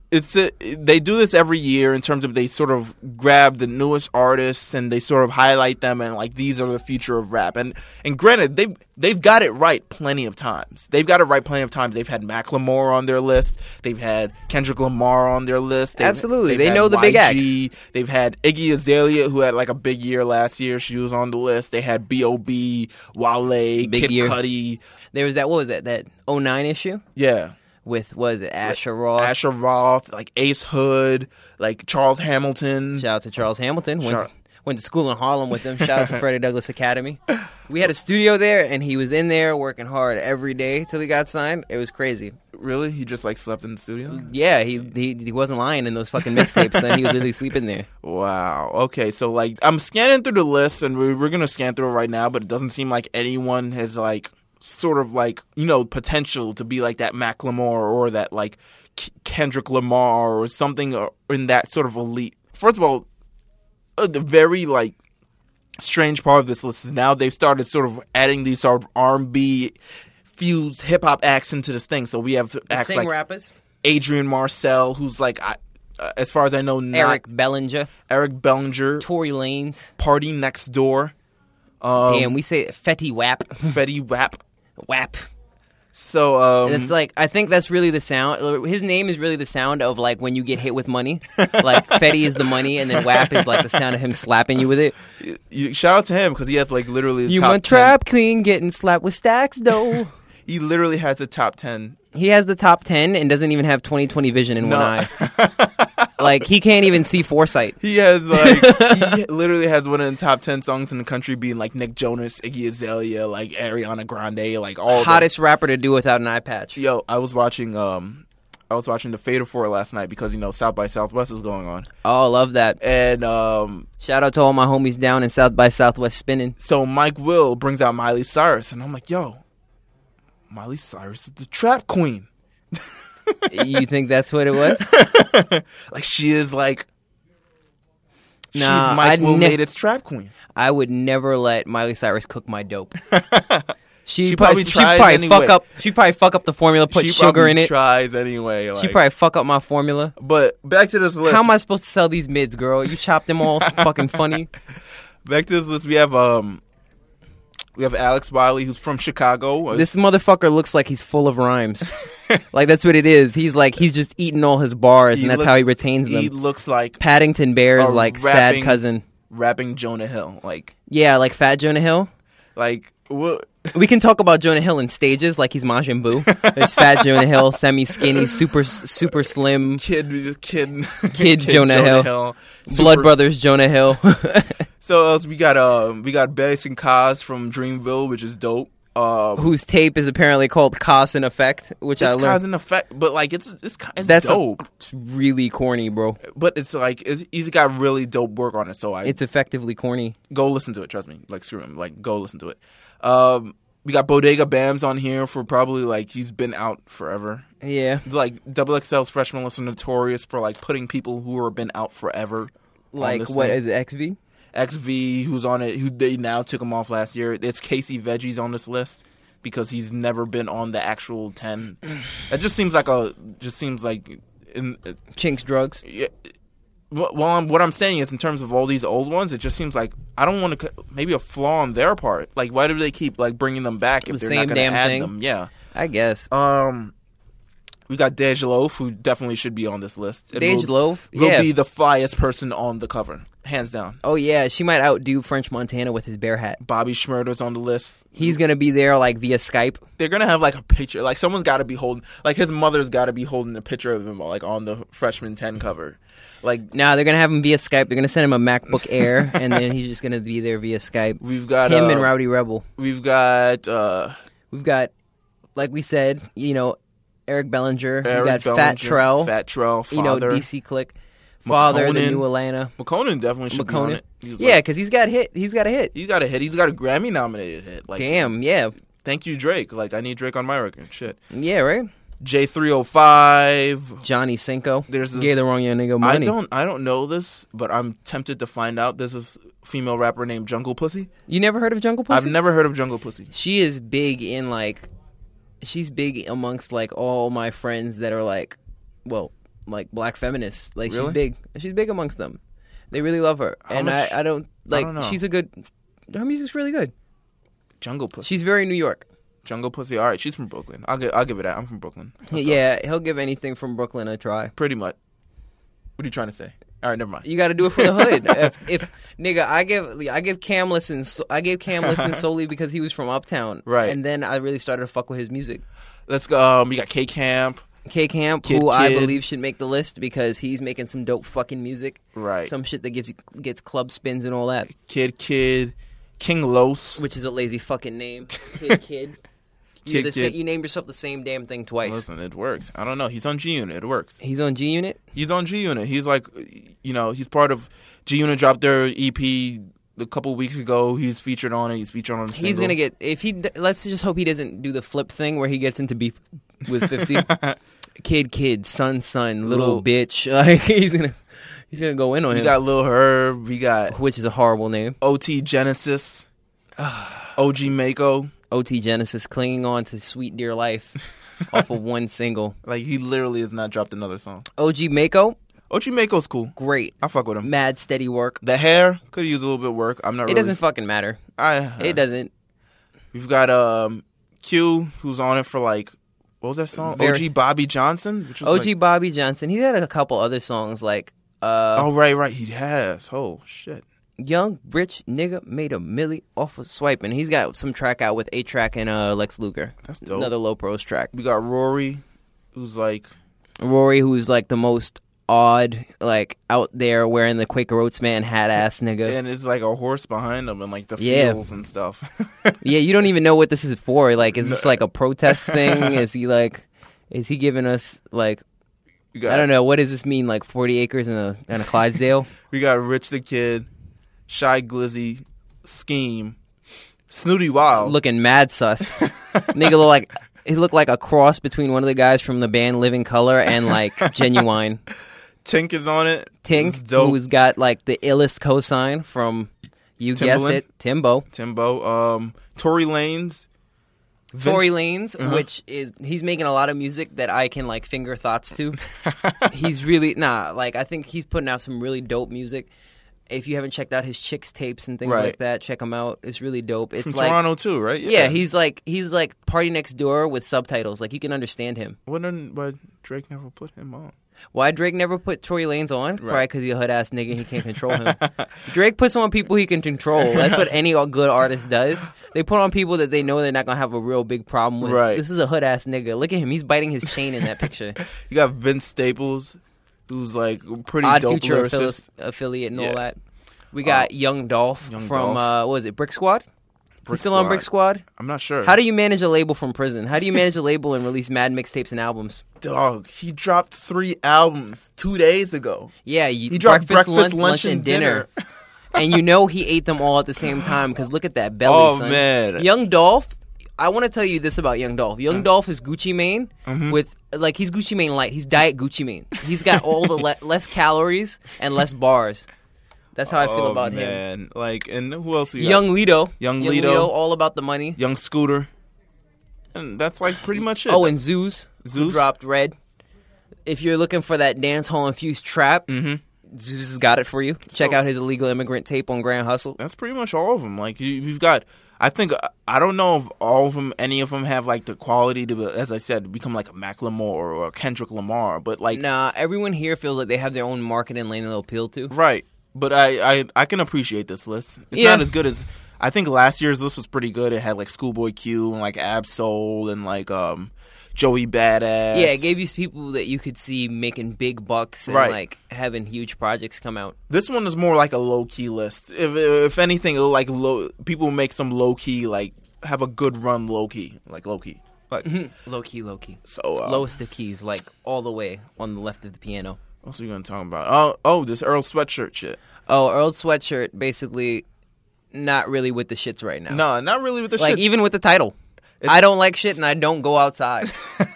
S2: it's a, they do this every year in terms of they sort of grab the newest artists and they sort of highlight them and like these are the future of rap and and granted they they've got it right plenty of times they've got it right plenty of times they've had Macklemore on their list they've had Kendrick Lamar on their list they've,
S1: Absolutely.
S2: they've
S1: They
S2: had
S1: know the big
S2: YG. they've had Iggy Azalea who had like a big year last year she was on the list they had B.O.B. Wale Kid
S1: year.
S2: Cudi
S1: There was that. What was that? That 09 issue
S2: yeah
S1: with was it Asher Roth?
S2: Asher Roth, like Ace Hood, like Charles Hamilton.
S1: Shout out to Charles Hamilton. Went,
S2: Shout-
S1: went to school in Harlem with him. Shout out to Freddie Douglass Academy. We had a studio there, and he was in there working hard every day till he got signed. It was crazy.
S2: Really? He just like slept in the studio?
S1: Yeah, he he, he wasn't lying in those fucking mixtapes, son. He was really sleeping there.
S2: Wow. Okay, so like I'm scanning through the list and we're, we're gonna scan through it right now, but it doesn't seem like anyone has like sort of like you know potential to be like that Macklemore or that like K- Kendrick Lamar or something or- in that sort of elite. First of all, uh, the very like strange part of this list is now they've started sort of adding these sort of R&B fused hip hop acts into this thing. So we have acts
S1: Sing
S2: like
S1: rappers.
S2: Adrian Marcel, who's like I, uh, as far as I know, not
S1: Eric Bellinger,
S2: Eric Bellinger,
S1: Tory Lanez.
S2: Party Next Door, Oh.
S1: Damn, we say Fetty Wap,
S2: Fetty Wap.
S1: Wap.
S2: So um,
S1: It's like I think that's really the sound. His name is really the sound of like when you get hit with money. Like Fetty is the money, and then Wap is like the sound of him slapping you with it.
S2: you, shout out to him because he has like literally the
S1: You
S2: top
S1: my
S2: 10
S1: trap queen getting slapped with stacks though.
S2: He literally has a top ten.
S1: He has the top 10 and doesn't even have 20/20 vision in one
S2: No.
S1: eye. like he can't even see foresight.
S2: He has like he literally has one of the top ten songs in the country, being like Nick Jonas, Iggy Azalea, like Ariana Grande, like all the-
S1: Hottest rapper to do without an eye patch.
S2: Yo, I was watching um I was watching the Fatal Four last night because you know South by Southwest is going on,
S1: Oh, love that.
S2: and um,
S1: Shout out to all my homies down in South by Southwest spinning.
S2: so Mike Will brings out Miley Cyrus, and I'm like, yo, Miley Cyrus is the trap queen.
S1: you think that's what it was?
S2: Like she is like,
S1: Nah,
S2: she's Mike
S1: I'd
S2: Will
S1: ne-
S2: made its trap queen.
S1: I would never let Miley Cyrus cook my dope. She,
S2: She
S1: probably,
S2: probably
S1: she'd
S2: tries
S1: probably fuck
S2: anyway.
S1: up. She probably fuck up the formula, put
S2: she
S1: sugar
S2: probably
S1: in it.
S2: Tries anyway.
S1: She
S2: like-
S1: probably fuck up my formula.
S2: But back to this list.
S1: How am I supposed to sell these mids, girl? You chop them all fucking funny.
S2: back to this list. We have um, we have Alex Wiley, who's from Chicago.
S1: This motherfucker looks like he's full of rhymes. like that's what it is. He's like he's just eating all his bars,
S2: He
S1: and that's
S2: looks-
S1: how he retains them.
S2: He looks like
S1: Paddington Bear is
S2: a
S1: like sad
S2: rapping-
S1: cousin.
S2: rapping Jonah Hill. Like,
S1: Yeah, like Fat Jonah Hill.
S2: like what?
S1: We can talk about Jonah Hill in stages, like he's Majin Buu. There's Fat Jonah Hill, semi skinny, super super slim,
S2: Kid, kid, kid,
S1: Jonah Hill. Blood
S2: Super-
S1: Brothers Jonah Hill.
S2: So else we got um we got Bass and Cos from Dreamville, which is dope. Um,
S1: whose tape is apparently called Cos in Effect, which I
S2: it's
S1: learned
S2: Cos in effect, but like it's it's ki- it's
S1: That's a-
S2: dope.
S1: it's really corny, bro.
S2: but it's like it's, he's got really dope work on it. So I
S1: It's effectively corny.
S2: go listen to it. Trust me. Like screw him. Like go listen to it. Um, we got Bodega Bams on here for probably like he's been out forever.
S1: Yeah,
S2: Like Double XL's freshman list are notorious for like putting people who have been out forever. on
S1: like
S2: this
S1: what
S2: thing.
S1: is it? XV?
S2: XV, who's on it, who they now took him off last year. It's Casey Veggies on this list because he's never been on the actual ten. That just seems like a just seems like in
S1: Chinks drugs.
S2: yeah, wh- well, I'm, what I'm saying is, in terms of all these old ones, it just seems like I don't want to. Maybe a flaw on their part. Like, why do they keep like bringing them back if
S1: The
S2: they're
S1: same
S2: not going
S1: damn
S2: to add
S1: thing.
S2: them? Yeah.
S1: I guess.
S2: Um, we got Dej Loaf, who definitely should be on this list. And
S1: Dej
S2: will-
S1: Loaf?
S2: will
S1: Yeah.
S2: be the flyest person on the cover, hands down.
S1: Oh yeah, she might outdo French Montana with his bear hat.
S2: Bobby Schmurder's on the list.
S1: He's gonna be there like via Skype.
S2: They're gonna have like a picture. Like someone's got to be holding. Like his mother's got to be holding a picture of him, like on the freshman ten cover. Like
S1: Now they're gonna have him via Skype. They're gonna send him a MacBook Air, and then he's just gonna be there via Skype.
S2: we've got
S1: Him
S2: uh,
S1: and Rowdy Rebel.
S2: We've got. uh
S1: We've got, like we said, you know, Eric Bellinger.
S2: Eric
S1: We've got Fat
S2: Bellinger,
S1: Trell.
S2: Fat Trell,
S1: you know,
S2: father.
S1: DC Click. Father, the
S2: McConan.
S1: new Atlanta.
S2: McConan definitely should be on
S1: McConan.
S2: it. He's
S1: Yeah,
S2: like-
S1: because he's got hit. He's got a hit.
S2: he's got a hit. He's got a Grammy nominated hit. Like,
S1: Damn. Yeah.
S2: thank you, Drake. Like, I need Drake on my record. Shit.
S1: Yeah. Right.
S2: J three hundred five.
S1: Johnny Cinco.
S2: There's this-
S1: gave the wrong young nigga
S2: I
S1: money.
S2: don't. I don't know this, but I'm tempted to find out. There's This is female rapper named Jungle Pussy.
S1: You never heard of Jungle Pussy?
S2: I've never heard of Jungle Pussy.
S1: she is big in like she's big amongst like all my friends that are like well like black feminists like she's
S2: Really?
S1: big she's big amongst them they really love her and
S2: much-
S1: I, I don't like
S2: don't know.
S1: she's a good her music's really good
S2: Jungle Pussy.
S1: she's very new york
S2: Jungle Pussy. All right, she's from Brooklyn. I'll give. I'll give it that. I'm from Brooklyn.
S1: yeah he'll give anything from brooklyn a try
S2: Pretty much. What are you trying to say? All right, never mind.
S1: you got to do it for the hood. if, if nigga, I give I give Cam listen, I gave Cam listen solely because he was from Uptown,
S2: Right.
S1: And then I really started to fuck with his music.
S2: Let's go. Um, we got K Camp.
S1: K Camp,
S2: Kid
S1: who I
S2: Kid.
S1: believe should make the list because he's making some dope fucking music.
S2: Right.
S1: Some shit that gives you gets club spins and all that,
S2: Kid Kid. King Los.
S1: which is a lazy fucking name. Kid Kid. You're
S2: Kid
S1: the sa-
S2: Kid.
S1: you named yourself the same damn thing twice.
S2: Listen, it works. I don't know. He's on G Unit. It works.
S1: He's on G Unit.
S2: He's on G Unit. He's like, you know, he's part of G Unit dropped their EP a couple weeks ago. He's featured on it. He's featured on. A
S1: He's gonna get if he d- let's just hope he doesn't do the flip thing where he gets into beef with fifty. kid Kid, son son, little
S2: Little-
S1: bitch. Like he's gonna he's gonna go in on
S2: We
S1: him,
S2: got Lil Herb. We got
S1: which is a horrible name.
S2: OT Genesis. OG Mako.
S1: OT Genesis clinging on to sweet dear life off of one single.
S2: Like he literally has not dropped another song.
S1: OG Mako,
S2: OG Mako's cool.
S1: great.
S2: I fuck with him.
S1: Mad steady work.
S2: The hair could use a little bit of work. I'm not.
S1: It
S2: really,
S1: doesn't fucking matter.
S2: I,
S1: It doesn't.
S2: We've got um Q who's on it for like what was that song?
S1: Very-
S2: OG Bobby Johnson. Which was
S1: OG
S2: Like,
S1: Bobby Johnson. He's had a couple other songs like uh,
S2: oh right, right. He has. Oh shit.
S1: "Young Rich Nigga Made a Millie Off of Swiping." He's got some track out with A Track and uh, Lex Luger.
S2: That's dope.
S1: Another low pros track.
S2: We got Rory, who's like
S1: Rory, who's like the most odd, like out there wearing the Quaker Oats man hat ass nigga.
S2: and it's like a horse behind him and like the
S1: Yeah.
S2: fields and stuff.
S1: Yeah, you don't even know what this is for. Like, is this like a protest thing? is he like, is he giving us like
S2: We got
S1: I don't know. What does this mean? Like 40 acres and a, and a Clydesdale?
S2: We got Rich the Kid, Shy Glizzy, Scheme, Snooty Wild.
S1: Looking mad sus. Nigga look like. He looked like a cross between one of the guys from the band Living Color and like Genuine.
S2: Tink is on it.
S1: Tink,
S2: It's dope.
S1: who's got like the illest cosign from, you guessed
S2: Timbaland?
S1: it, Timbo.
S2: Timbo. Um, Tory Lanes. Vince- Uh-huh.
S1: Tory Lanez, which is he's making a lot of music that I can like finger thoughts to. he's really nah, like I think he's putting out some really dope music. If you haven't checked out his chicks tapes and things
S2: Right.
S1: like that, check them out. It's really dope. It's
S2: from
S1: like
S2: Toronto too, right?
S1: yeah. he's like he's like party next door with subtitles. Like you can understand him.
S2: Wondering why Drake never put him on.
S1: Why Drake never put Tory Lanez on? Probably because he's a hood ass nigga. and He can't control him. Drake puts on people he can control. That's what any good artist does. They put on people that they know they're not gonna have a real big problem with.
S2: Right.
S1: This is a hood ass nigga. Look at him. He's biting his chain in that picture.
S2: You got Vince Staples, who's like pretty
S1: Odd
S2: dope
S1: Future
S2: lyricist.
S1: affili- affiliate and
S2: Yeah. Uh,
S1: all that. We got Young Dolph
S2: Young
S1: from
S2: Dolph.
S1: uh, what was it? Brick Squad.
S2: Brick
S1: Still on Brick Squad.
S2: I'm not sure.
S1: How do you manage a label from prison? How do you manage a label and release mad mixtapes and albums?
S2: dog? He dropped three albums two days ago.
S1: Yeah, you,
S2: He dropped
S1: breakfast,
S2: breakfast,
S1: lunch,
S2: lunch,
S1: and
S2: and
S1: dinner. and you know he ate them all at the same time because look at that belly,
S2: Oh,
S1: son.
S2: man.
S1: Young Dolph, I want to tell you this about Young Dolph. Young Dolph is Gucci Mane
S2: Mm-hmm.
S1: with like he's Gucci Mane light. He's diet Gucci Mane. He's got all the le- less calories and less bars. That's how I feel
S2: oh,
S1: about him.
S2: man. Like, and who else? You got?
S1: Young Lido,
S2: Young
S1: Young
S2: Lido.
S1: all about the money.
S2: Young Scooter. And that's like pretty much it.
S1: Oh, and Zeus, who
S2: Zeus?
S1: dropped Red. If you're looking for that dance hall infused trap,
S2: Mm-hmm.
S1: Zeus has got it for you. Check out his illegal immigrant tape on Grand Hustle.
S2: that's pretty much all of them. Like you, you've got, I think uh, I don't know if all of them, any of them have like the quality to, be- as I said, become like a Macklemore or a Kendrick Lamar. But like,
S1: Nah, everyone here feels like they have their own market and lane they'll appeal to.
S2: right? But I, I, I can appreciate this list. It's
S1: Yeah.
S2: not as good as I think last year's list was pretty good. It had like Schoolboy Q and like Ab Soul and like um Joey Badass.
S1: Yeah, it gave you people that you could see making big bucks and
S2: Right.
S1: like having huge projects come out.
S2: This one is more like a low key list. If if anything, it'll like low people make some low key like have a good run low key like low key like
S1: Low key, Mm-hmm. low key.
S2: so um,
S1: Lowest of keys, like all the way on the left of the piano.
S2: What else are you gonna talk about? Oh, oh, this Earl sweatshirt shit.
S1: Oh, Earl Sweatshirt basically not really with the shits right now.
S2: No, not really with the
S1: Like
S2: shit.
S1: even with the title. I don't like shit and I don't go outside.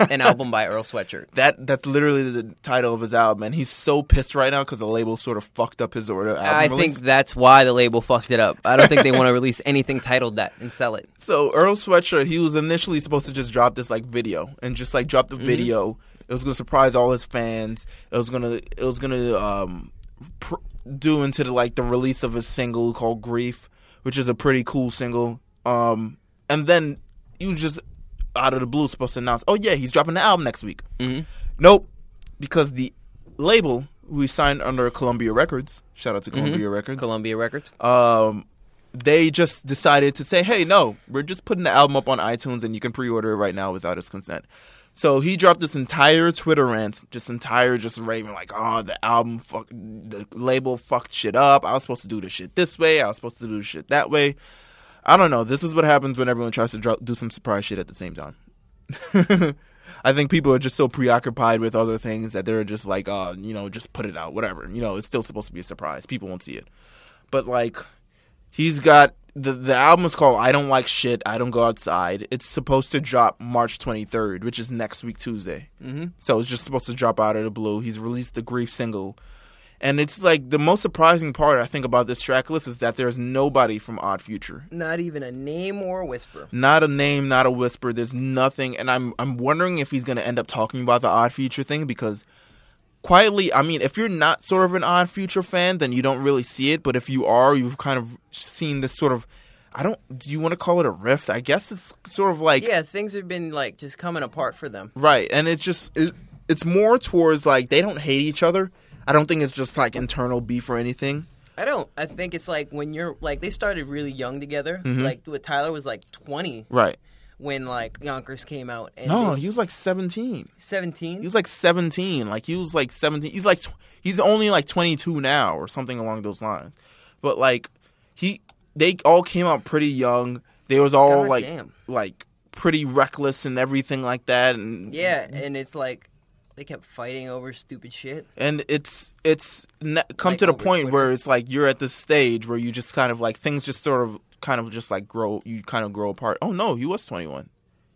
S1: An album by Earl Sweatshirt.
S2: that that's literally the title of his album, and he's so pissed right now because the label sort of fucked up his order. Album
S1: I
S2: release.
S1: think that's why the label fucked it up. I don't think they want to release anything titled that and sell it.
S2: so. Earl sweatshirt. He was initially supposed to just drop this like video and just like drop the video. It was gonna surprise all his fans. It was gonna it was gonna um pr- do into the like the release of a single called Grief, which is a pretty cool single. Um, and then he was just out of the blue supposed to announce, oh yeah, he's dropping the album next week. Nope, because the label we signed under Columbia Records. Shout out to Columbia Records.
S1: Columbia Records.
S2: um, they just decided to say, hey, no, we're just putting the album up on iTunes and you can pre order it right now without his consent. So he dropped this entire Twitter rant, just entire, just raving like, oh, the album, fuck, the label fucked shit up. I was supposed to do this shit this way. I was supposed to do this shit that way. I don't know. This is what happens when everyone tries to dro- do some surprise shit at the same time. I think people are just so preoccupied with other things that they're just like, uh, you know, just put it out, whatever. You know, it's still supposed to be a surprise. People won't see it. But like, he's got the the album is called "I Don't Like Shit." I don't go outside. It's supposed to drop March 23rd, which is next week Tuesday. Mm-hmm. So it's just supposed to drop out of the blue. He's released the grief single. And it's like the most surprising part I think about this track list is that there's nobody from Odd Future
S1: Not even a name or a whisper.
S2: not a name, not a whisper. There's nothing, and I'm I'm wondering if he's gonna end up talking about the Odd Future thing because quietly, I mean, if you're not sort of an Odd Future fan, then you don't really see it. But if you are, you've kind of seen this sort of I don't. Do you want to call it a rift? I guess it's sort of like
S1: Yeah, things have been like just coming apart for them.
S2: Right, and it's just it, it's more towards like they don't hate each other. I don't think it's just like internal beef or anything.
S1: I don't. I think it's like when you're like they started really young together. Like what Tyler was like 20
S2: Right.
S1: when like Yonkers came out and
S2: No,
S1: they-
S2: he was like 17.
S1: 17.
S2: He was like 17. Like he was like 17. He's like tw- he's only like 22 now or something along those lines. But like he they all came out pretty young. They was all
S1: God
S2: like
S1: damn.
S2: like pretty reckless and everything like that and
S1: yeah, and it's like They kept fighting over stupid shit.
S2: and it's it's ne- come
S1: Like,
S2: to the
S1: over
S2: point
S1: Twitter.
S2: where it's like you're at this stage where you just kind of like things just sort of kind of just like grow you kind of grow apart oh no he was 21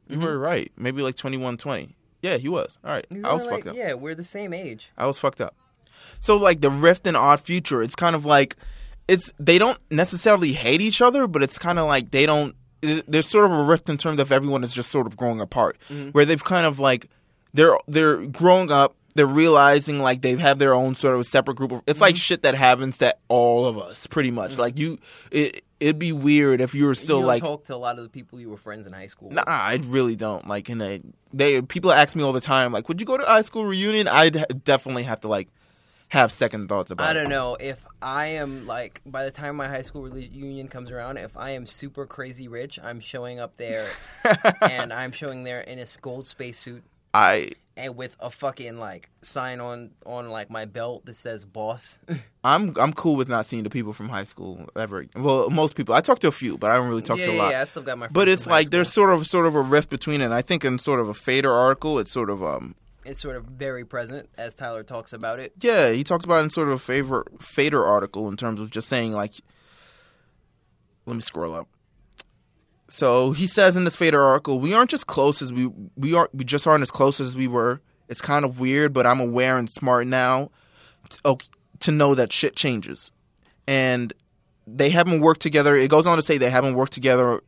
S2: you
S1: Mm-hmm.
S2: were right maybe like 21 20 yeah he was all right i was
S1: Like,
S2: fucked up
S1: Yeah, we're the same age.
S2: i was fucked up so like the rift and odd future it's kind of like it's they don't necessarily hate each other but it's kind of like they don't there's sort of a rift in terms of everyone is just sort of growing apart where they've kind of like they're they're growing up they're realizing like they have their own sort of separate group of it's like shit that happens to all of us pretty much like you it, it'd be weird if you were
S1: So
S2: still
S1: you don't
S2: like
S1: talk to a lot of the people you were friends in high school.
S2: Nah, I really don't. Like, in a they people ask me all the time, like, would you go to high school reunion? I'd ha- definitely have to like have second thoughts about.
S1: I
S2: it.
S1: don't know if I am like by the time my high school reunion comes around, if I am super crazy rich, I'm showing up there, and I'm showing there in a gold spacesuit
S2: I
S1: and with a fucking like sign on on like my belt that says boss.
S2: I'm I'm cool with not seeing the people from high school ever. Well, most people. I talk to a few, but I don't really talk
S1: yeah,
S2: to a
S1: yeah,
S2: lot.
S1: yeah, I've still got my. Friends
S2: But it's
S1: from high
S2: like there's sort of sort of a rift between it. And I think in sort of a fader article, it's sort of um
S1: school. it's sort of very present as Tyler talks about it.
S2: yeah he talked about it in sort of a favor fader article in terms of just saying like let me scroll up. So he says in this Fader article, we aren't just close as we we aren't we just aren't as close as we were. It's kind of weird, but I'm aware and smart now to, oh, to know that shit changes. And they haven't worked together. It goes on to say they haven't worked together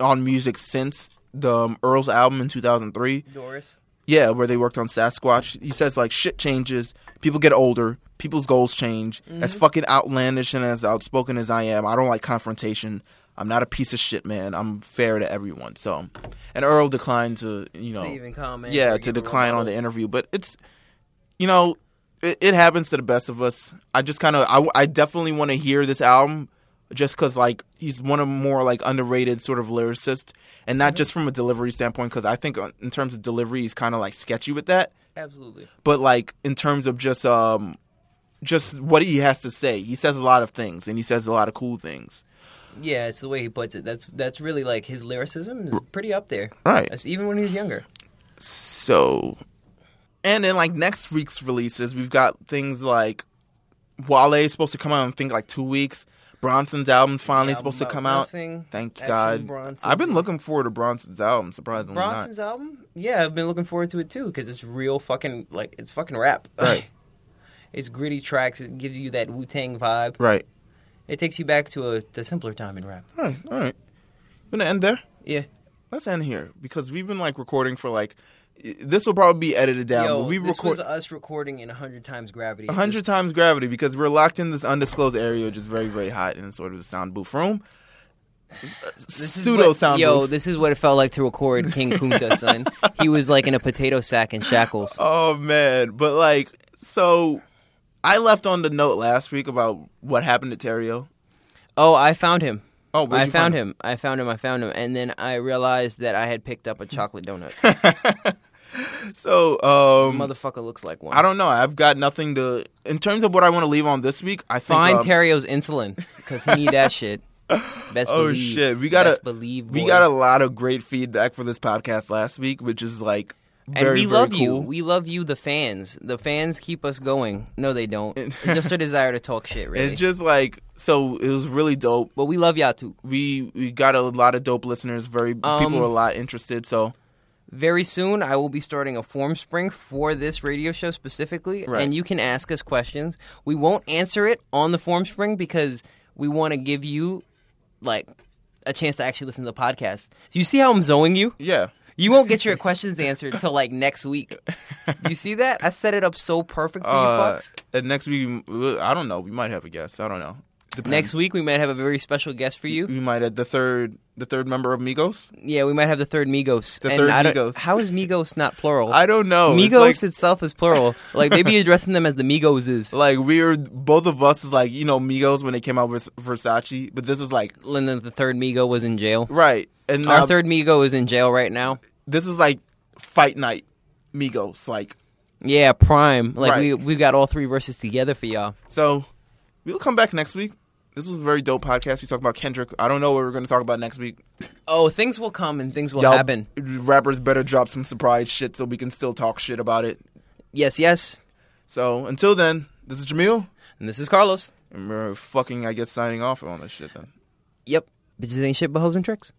S2: on music since the um, Earl's album in 2003.
S1: Doris,
S2: Yeah, where they worked on Sasquatch. He says like shit changes, people get older, people's goals change. As fucking outlandish and as outspoken as I am, I don't like confrontation. I'm not a piece of shit, man. I'm fair to everyone. So, and Earl declined to, you know,
S1: to even comment.
S2: Oh. yeah,
S1: or
S2: to
S1: give a
S2: decline on the
S1: rebuttal.
S2: interview. But it's, you know, it, it happens to the best of us. I just kind of, I, I definitely want to hear this album just because, like, he's one of more, like, underrated sort of lyricists. And not just from a delivery standpoint, because I think uh, in terms of delivery, he's kind of, like, sketchy with that.
S1: Absolutely.
S2: But, like, in terms of just, um, just what he has to say, he says a lot of things and he says a lot of cool things.
S1: Yeah, it's the way he puts it. That's that's really like his lyricism is pretty up there.
S2: Right.
S1: That's even when he was younger.
S2: So, and then like next week's releases, we've got things like Wale is supposed to come out in I think like two weeks. Bronson's album's finally
S1: The album
S2: supposed to
S1: about
S2: come
S1: nothing,
S2: out. Thank
S1: Action
S2: God.
S1: Bronson.
S2: I've been looking forward to Bronson's album. Surprisingly
S1: Bronson's album? Yeah, I've been looking forward to it too because it's real fucking like it's fucking rap.
S2: Right.
S1: it's gritty tracks. It gives you that Wu Tang vibe.
S2: not. Right.
S1: It takes you back to a to simpler time in rap.
S2: All right. All right. You gonna end there?
S1: Yeah.
S2: Let's end here because we've been like recording for like. i- This will probably be edited down.
S1: Yo,
S2: but we
S1: this
S2: record
S1: was us recording in hundred times gravity.
S2: a hundred times gravity because we're locked in this undisclosed area, which is very very hot in sort of the sound booth room. S-
S1: This is
S2: Pseudo
S1: what-
S2: sound
S1: Yo,
S2: booth.
S1: this is what it felt like to record King Kunta, son. he was like in a potato sack in shackles.
S2: Oh man, but like so I left on the note last week about what happened to Terrio.
S1: Oh, I found him.
S2: Oh, where'd
S1: I
S2: you
S1: found
S2: find
S1: him? I found him. I found him, and then I realized that I had picked up a chocolate donut.
S2: So, um
S1: Motherfucker looks like one.
S2: I don't know. I've got nothing to in terms of what I want to leave on this week. I think
S1: Find
S2: um,
S1: Terrio's insulin because he need that shit. Best
S2: Oh
S1: believe.
S2: shit. We got a
S1: Best believe.
S2: we
S1: boy.
S2: got a lot of great feedback for this podcast last week, which is like
S1: And
S2: very
S1: we
S2: very
S1: love you.
S2: cool.
S1: We love you, the fans. The fans keep us going. No, they don't. It's just a desire to talk shit, really.
S2: And just like so it was really dope.
S1: but we love y'all too.
S2: We we got a lot of dope listeners, very
S1: Um,
S2: people were a lot interested. So
S1: Very soon, I will be starting a form spring for this radio show specifically,
S2: Right.
S1: and you can ask us questions. We won't answer it on the form spring because we want to give you, like, a chance to actually listen to the podcast. You see how I'm zoning you?
S2: yeah.
S1: You won't get your questions answered until like next week. You see that? I set it up so perfect for
S2: Uh,
S1: you fucks.
S2: and next week, we- I don't know. We might have a guest. I don't know. Depends.
S1: Next week we might have a very special guest for you.
S2: we might have the third, the third member of Migos.
S1: Yeah, we might have the third Migos.
S2: The third
S1: I don't-
S2: Migos.
S1: How is Migos not plural?
S2: I don't know. It's
S1: Migos
S2: like-
S1: itself is plural. Like they be addressing them as the Migoses.
S2: Like we were both of us is like you know Migos when they came out with Versace, but this is like
S1: And then the third Migo was in jail.
S2: right, and now
S1: Our third Migo is in jail right now.
S2: this is like Fight Night Migos. Like
S1: Yeah, prime. Like we
S2: Right.
S1: we got all three verses together for y'all.
S2: so, we'll come back next week. This was a very dope podcast. We talked about Kendrick. I don't know what we're going to talk about next week.
S1: Oh, things will come and things will
S2: Y'all
S1: happen.
S2: rappers better drop some surprise shit so we can still talk shit about it.
S1: Yes, yes.
S2: So until then, this is Jamil,
S1: And this is Carlos.
S2: and we're fucking, I guess, signing off on this shit then.
S1: Yep. Bitches ain't shit but hoes and tricks.